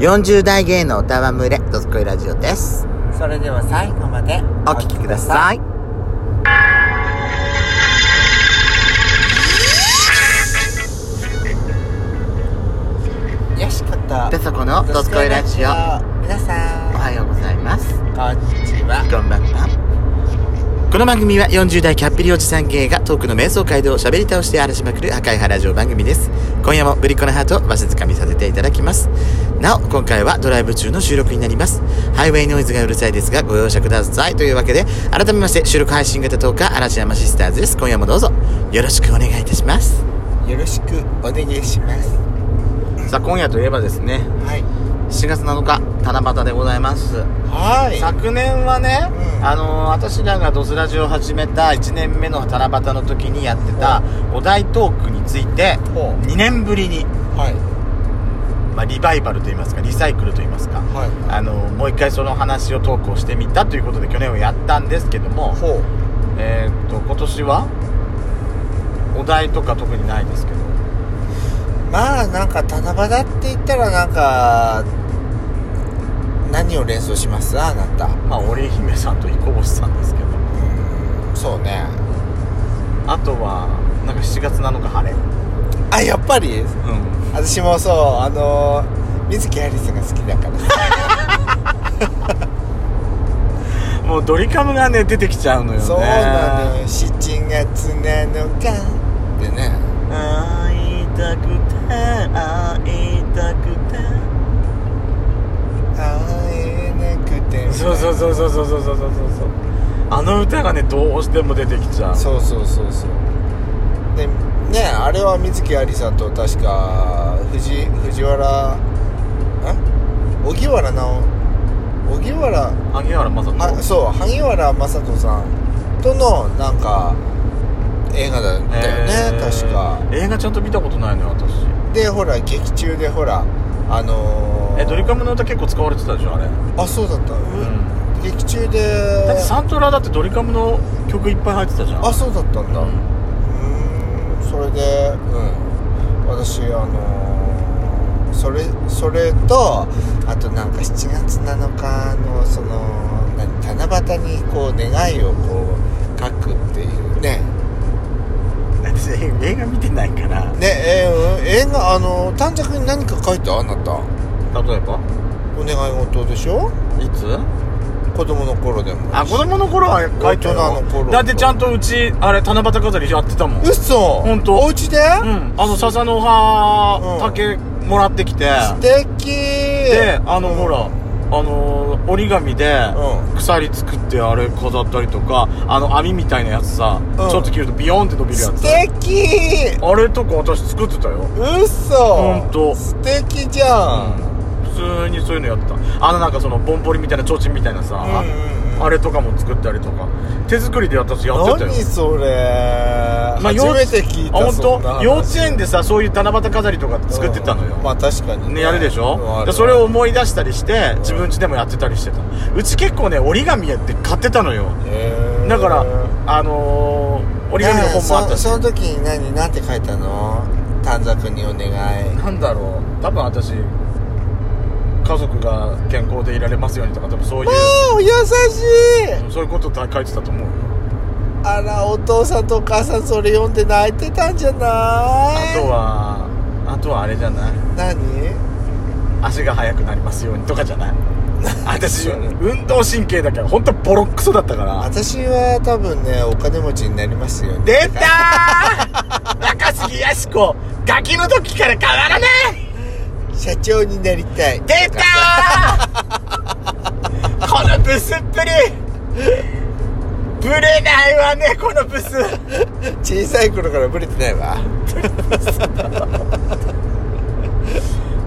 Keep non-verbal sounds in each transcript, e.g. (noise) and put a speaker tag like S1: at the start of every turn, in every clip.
S1: 40代芸の歌は群れ、ドスコイラジオです。
S2: それでは最後まで
S1: お聞きください。
S2: いよしこと
S1: ペソコのドスコイラジオ。
S2: 皆さん
S1: おはようございます。
S2: こんにちは
S1: こんばんは。この番組は40代キャッピリおじさん芸がトークの瞑想街道を喋り倒して荒らしまくる破壊派ラジオ番組です。今夜もぶりっ子のハートをわしづかみさせていただきます。なお、今回はドライブ中の収録になります。ハイウェイノイズがうるさいですがご容赦ください。というわけで、改めまして収録配信型トーカー嵐山シスターズです。今夜もどうぞよろしくお願いいたします。
S2: よろしくお願いします
S1: さあ、今夜といえばですね、
S2: はい
S1: 7月7日、七夕でございます。
S2: はい
S1: 昨年はね、
S2: うん
S1: あの私らが「ドスラジ」を始めた1年目の七夕の時にやってたお題トークについて
S2: ほう
S1: 2年ぶりに、
S2: はい
S1: まあ、リバイバルといいますかリサイクルといいますか
S2: はい
S1: あのもう一回その話を投稿してみたということで去年をやったんですけども、
S2: ほう
S1: えーっと今年はお題とか特にないですけど
S2: まあなんか七夕って言ったらなんか何を連想しますあなた
S1: まあ織姫さんと彦星さんですけど
S2: うんそうね
S1: あとはなんか7月7日晴れ、
S2: あやっぱり私もそうあの水木有りさんが好きだからさ
S1: もうドリカムがね出てきちゃうのよね
S2: そうなのよ7月なのかってね
S1: 会いたくて会いたくて
S2: 会えなくて
S1: そうそうそうそうそうそうそうそうそうあの歌がねどうしても出てきちゃう
S2: そうそうそうそうでねあれは水木有りさんと確か藤藤原ん荻原直荻原
S1: 萩原正人
S2: あそう萩原雅人さんとのなんか映画だったよね、
S1: えー
S2: 確か
S1: 映画ちゃんと見たことないのよ私
S2: でほら劇中でほらあのー、
S1: えドリカムの歌結構使われてたでしょあれ、う
S2: あそうだった、
S1: ん、
S2: 劇中で
S1: だってサントラだってドリカムの曲いっぱい入ってたじゃん
S2: あそうだったんだ
S1: う
S2: うんーんそれでうん私あのー、それそれとあとなんか7月7日のその何七夕にこう願いをこう書くっていうね
S1: 私映画見てないから
S2: ねえーうん映画あのー短冊に何か書いたあなた
S1: 例えば
S2: お願い事でしょ
S1: いつ
S2: 子供の頃でも
S1: あ子供の頃は書いてた
S2: 大人の頃
S1: だってちゃんとうちあれ七夕飾りやってたもん
S2: うっそ
S1: ほんと
S2: お家で、
S1: うん、あの笹の葉
S2: うん
S1: 竹もらってきて、
S2: 素敵
S1: であの、
S2: うん
S1: ほらあの折り紙で
S2: う
S1: 鎖作ってあれ飾ったりとかあの網みたいなやつさ、
S2: ん
S1: ちょっと切るとビヨーンって伸びるや
S2: 素
S1: つ
S2: 敵
S1: あれとか私作ってたよ、
S2: うっそ
S1: ほんと
S2: 素敵じゃん、
S1: 普通にそういうのやってたあのなんかそのボンボリみたいな提灯みたいなさ、
S2: うんうんうん
S1: あれとかも作ったりとか手作りで私やってたよ
S2: 何それ、
S1: まあ
S2: 初
S1: 幼稚
S2: めて聞いた
S1: あ
S2: そ
S1: 本
S2: ん
S1: 当
S2: な話
S1: 幼稚園でさそういう七夕飾りとか作ってたのよ、
S2: うんまあ確かに
S1: ね、やるでしょ、
S2: うんある
S1: でそれを思い出したりして自分家でもやってたりしてたうち結構ね折り紙やって買ってたのよ
S2: へー
S1: だからあのー、折り紙の本もあったし
S2: ねえそその時に何何て書いたの短冊にお願い
S1: なんだろう多分私家族が健康でいられますようにとか多分そういう
S2: おお優しい
S1: そういうこと書いてたと思うよ
S2: あらお父さんとお母さんそれ読んで泣いてたんじゃない
S1: あとはあとはあれじゃない
S2: 何
S1: 足が速くなりますようにとかじ (laughs) ゃない私
S2: そうね
S1: 運動神経だけは本当ボロックソだったから
S2: 私は多分ねお金持ちになりますよね
S1: 出たー中杉やし子ガキの時から変わらない
S2: 社長になりたい
S1: 出たーこのブスっぷりぶれないわねこのブス
S2: 小さい頃からブレてないわ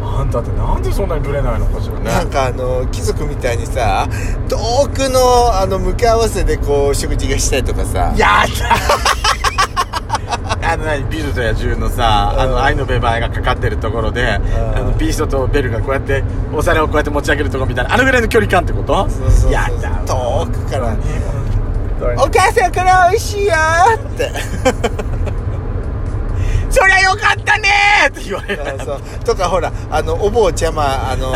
S1: あんたってなんでそんなにぶれないのかし
S2: な
S1: ら
S2: ん
S1: ね
S2: かあの貴族みたいにさ遠くのあの向かい合わせでこう食事がしたいとかさ
S1: やだあの何美女と野獣のさ、あ
S2: うん
S1: の愛のベバーがかかってるところで、あのビーストとベルがこうやってお皿をこうやって持ち上げるとこみたいなあのぐらいの距離感ってこと
S2: そうそうそう
S1: やだわ
S2: 遠くからね「
S1: どれ
S2: お母さんこれ美味しいよ」って
S1: (laughs) そりゃよかったねーって言われる
S2: あそうとかほらあのお坊ちゃまあの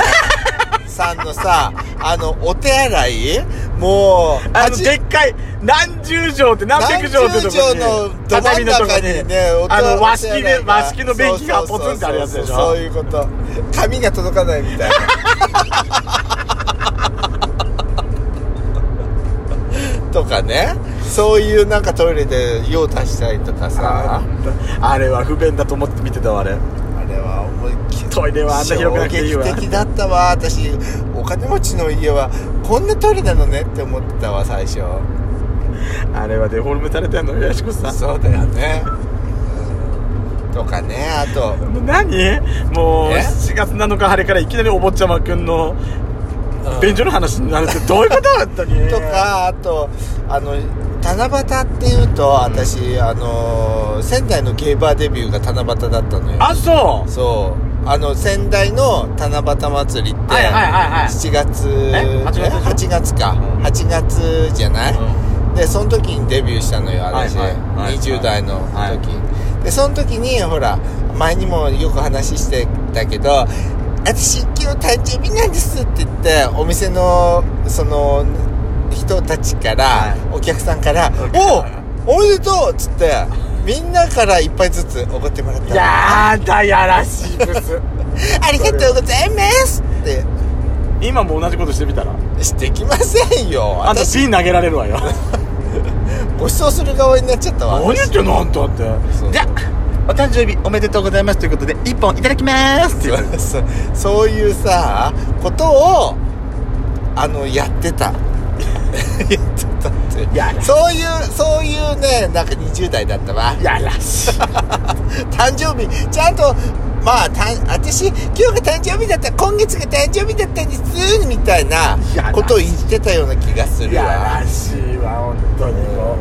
S2: さんのさあのお手洗いもう
S1: あの
S2: 八
S1: でっかい何十畳って何百畳ってとこに
S2: 何十畳
S1: 畳
S2: の
S1: の
S2: ど
S1: とこ
S2: 真ん中
S1: に
S2: にねお手
S1: あの和式
S2: お手
S1: で
S2: 洗いが
S1: 和式の便器がポツンってあるやつでし
S2: そうそうそ
S1: ょ
S2: うそういうこと髪が届かないみ (laughs) たいなとかねそういうなんかトイレで用足したりとかさ
S1: あーあれは不便だと思って見てたわあれ
S2: あれは思いっきり
S1: トイレはあんな広くなくていいわ
S2: 衝撃的だったわ私お金持ちの家はこんなトイレなのねって思ってたわ最初
S1: あれはデフォルメされてんのよやしこさん
S2: そうだよねうんとかねあと
S1: もう何もう
S2: え
S1: 7月7日晴れからいきなりお坊ちゃまくんの便所の話になるってどういうことだったに
S2: とかあとあの七夕っていうと私あの仙台のゲーバーデビューが七夕だったのよ
S1: あそう
S2: そうあの仙台の七夕祭りって
S1: はいはいはいはい
S2: 7月
S1: え八月でしょ
S2: 8月か
S1: うん
S2: 8月じゃない、でその時にデビューしたのよ私、
S1: はいはいはい
S2: 20代の時、
S1: はい
S2: でその時にほら前にもよく話してたけど「私今日誕生日なんです」って言ってお店のその人たちから、
S1: はい
S2: お客さんか
S1: お
S2: ら「
S1: 客さん
S2: おおおめでとう!」っつってみんなから一杯ずつおごってもらったの
S1: やだやらしいです
S2: ありがとうございますって
S1: 今も同じことしてみたら
S2: してきませんよ
S1: あんた
S2: 私
S1: ピン投げられるわよ
S2: ご馳走する側になっちゃったわ
S1: 何言ってんのあんたって
S2: そう
S1: じゃあお誕生日おめでとうございますということで一本いただきますって言われる
S2: そうそういうさことをあのやってた (laughs) やってたっていう
S1: やだ
S2: そういうそういうねなんか20代だったわ
S1: やらしい
S2: (laughs) 誕生日ちゃんとまあた私今日が誕生日だった今月が誕生日だったんですみたいなことを言ってたような気がする
S1: や
S2: わ
S1: らしいわ本当にも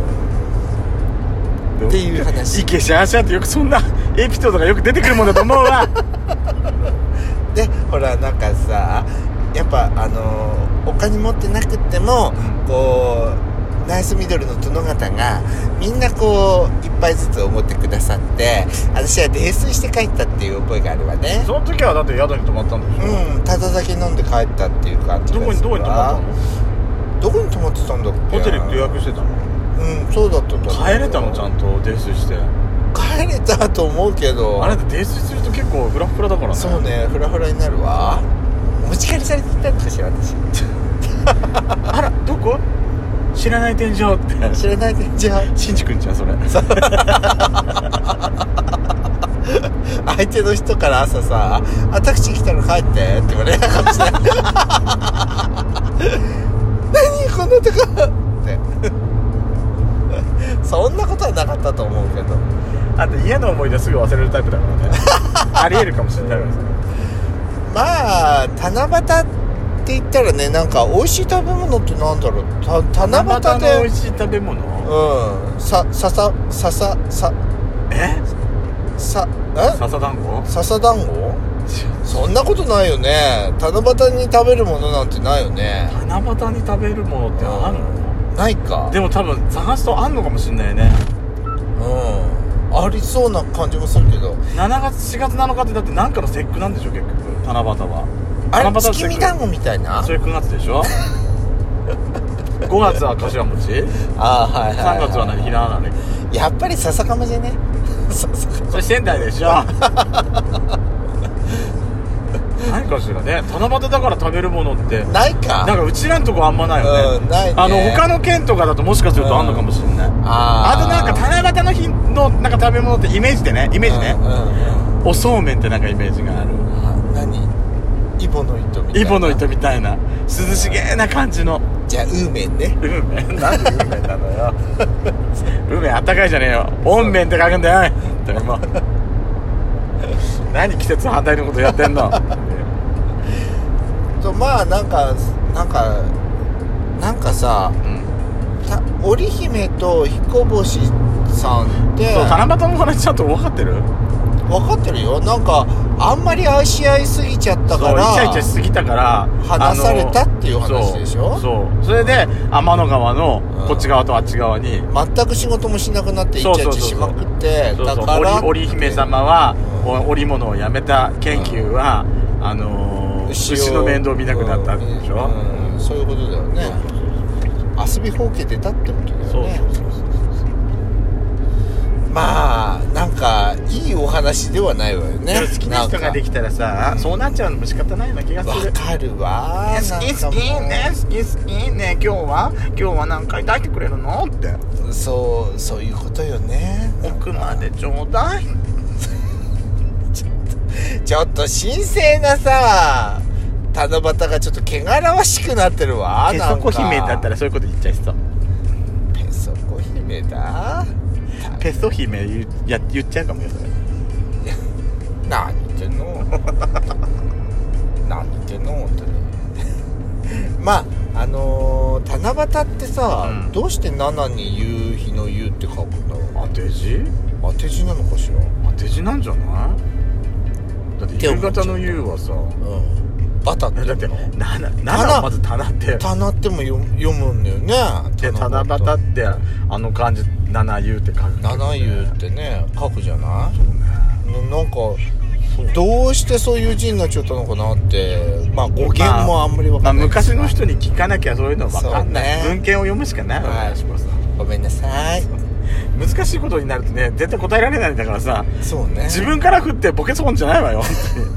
S1: う
S2: っていう話
S1: イケシャーシャーってよくそんなエピソードがよく出てくるもんだと思うわ
S2: でほらなんかさやっぱあのお金持ってなくってもこうナイスミドルの殿方がみんなこう一杯ずつ思ってくださって私は泥酔して帰ったっていう覚えがあるわね
S1: その時はだって宿に泊まったんでしょ、
S2: うんただ酒飲んで帰ったっていう感じ
S1: ど
S2: が
S1: こに
S2: す
S1: ど
S2: る
S1: こに泊まっ
S2: わどこに泊まってたんだったけ
S1: のホテル予約してたの
S2: うんそうだったと思う
S1: 帰れたのちゃんと泥酔して
S2: 帰れたと思うけど
S1: あれだって泥酔すると結構フラフラだからね
S2: そうねフラフラになるわ持ち帰りされてきたのかしら私
S1: あらどこ知らない天井って
S2: 知らないでじゃあ
S1: しんじくんじゃんそれ
S2: 相手の人から朝さ「あタクシー来たの帰って」って言われなかもしれない (laughs) 何こんなとこって (laughs) そんなことはなかったと思うけど
S1: あと嫌な思い出すぐ忘れるタイプだからね (laughs) ありえるかもしれないですね
S2: まあ七夕って言ったらねなんか美味しい食べ物ってなんだろうた七夕
S1: 七夕の美
S2: で
S1: 味しい食べ物
S2: うんささささささ
S1: え
S2: さえ
S1: 笹団子
S2: 笹団子そんなことないよね七夕に食べるものなんてないよね
S1: 七夕に食べるものってあるの
S2: ないか
S1: でも多分探すとあんのかもしれないね
S2: うんありそうな感じもするけど
S1: 7月4月7日ってだって何かの節句なんでしょ結局七夕は
S2: あ
S1: 七
S2: れ
S1: 夕の節
S2: 月
S1: 句
S2: 見団子みたいなあ
S1: それ9月でし (laughs) ょ5月は柏餅3
S2: あーはいはい、はい、
S1: 月は何ひらなね
S2: やっぱり笹かまじゃね笹か
S1: それ仙台でしょ (laughs) 何かしらね七夕だから食べるものって
S2: まないか
S1: なんかうちらんとこあんまないよね,、
S2: うんないね
S1: あの他の県とかだともしかするとあんのかもしれない、
S2: あ
S1: あとなんか七夕の日のなんか食べ物ってイメージでねイメージね
S2: う、んうん
S1: おそうめんってなんかイメージがある
S2: うんあ何イボの糸みたいな
S1: イボの糸みたいな涼しげな感じの
S2: じゃあウーメンね
S1: 梅なんで梅なのよ (laughs) 梅あったかいじゃねえよ温麺って書くんだよ (laughs) でもう何季節反対のことやってん (laughs) の
S2: とまあなんかなんかなんかさ
S1: うん
S2: た織姫と彦星さんって
S1: そう七夕のお話ちゃんと分かってる
S2: 分かってるよなんかあんまり愛し合いすぎちゃった
S1: そうイ
S2: か
S1: チャイ
S2: ら
S1: チャしすぎたから
S2: 離された
S1: あの
S2: っていう話でしょ
S1: そうそうそれで天の川のこっち側とあっち側に
S2: 全く仕事もしなくなってイチ
S1: そう
S2: ャイチ
S1: そう
S2: ャ
S1: そう
S2: しまくって
S1: そう
S2: だ
S1: そう
S2: から
S1: 織織姫様はお織物をやめた研究は、あのー牛
S2: を
S1: の面倒見なくなったんでしょ、
S2: うんそういうことだよね遊びほうけてたってことだよね
S1: そうそうそうそう
S2: まあなんかいいお話ではないわよね
S1: でも好きな人がで
S2: き
S1: きたらさそうなっちゃうのも仕方ないような気が
S2: わ
S1: する
S2: かるわ
S1: 好き
S2: なん
S1: 好
S2: かも
S1: き
S2: う
S1: ね好き好きね今日は今日は何回抱いてくれるのって
S2: そうそういうことよね
S1: 奥までちょうだい
S2: ちょっと神聖なさ七夕がちょっと汚らわしくなってるわ
S1: ペ
S2: なん
S1: ソ
S2: か
S1: コ姫だったらそういうこと言っちゃいそう
S2: ペソコ姫だ
S1: ペソ姫言うや言っちゃうかもよそれ
S2: 何言って
S1: (laughs)
S2: んの何言ってんの本当に (laughs) まああのー、七夕ってさ、
S1: うん
S2: どうして七に夕日の夕って書くんだろう
S1: 当て字
S2: 当て字なのかしら
S1: 当て字なんじゃないだって夕方の夕はさ
S2: うんバタって
S1: え
S2: (laughs)
S1: だって
S2: いうの
S1: 七七はまず棚って
S2: 棚っても読む読むんだよね
S1: で七夕ってあの漢字七夕って書く
S2: 七夕ってね書くじゃないななんかどうしてそういう字になっちゃったのかなってまあ語源もあんまり分
S1: ま
S2: か
S1: あ
S2: んないです
S1: 昔の人に聞かなきゃそういうの分かんない、
S2: そうね
S1: 文献を読むしかないわね
S2: はい
S1: やっぱさ
S2: ごめんなさい
S1: 難しいことになるとね絶対答えられないんだからさ
S2: そうね
S1: 自分から振ってボケ損じゃない
S2: (laughs)
S1: わよ本当に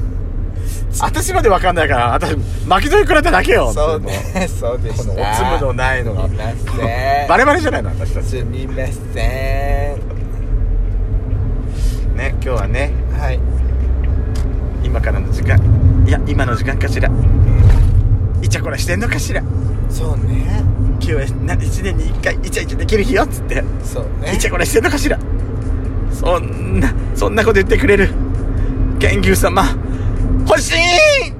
S1: 私まで分かんないから私巻き添え食らっただけよ
S2: そうね (laughs) そうで
S1: こ
S2: し
S1: の
S2: た
S1: おつむのないのが
S2: すみません
S1: バレバレじゃないの私たち
S2: すみません
S1: ね今日はね
S2: はい
S1: 今からの時間いや今の時間かしらイチャコラしてんのかしら今
S2: そうね
S1: 日はな1年に1回イチャイチャできる日よっつって
S2: そうね
S1: イチャコラしてんのかしらそんなそんなこと言ってくれる源牛様欲しい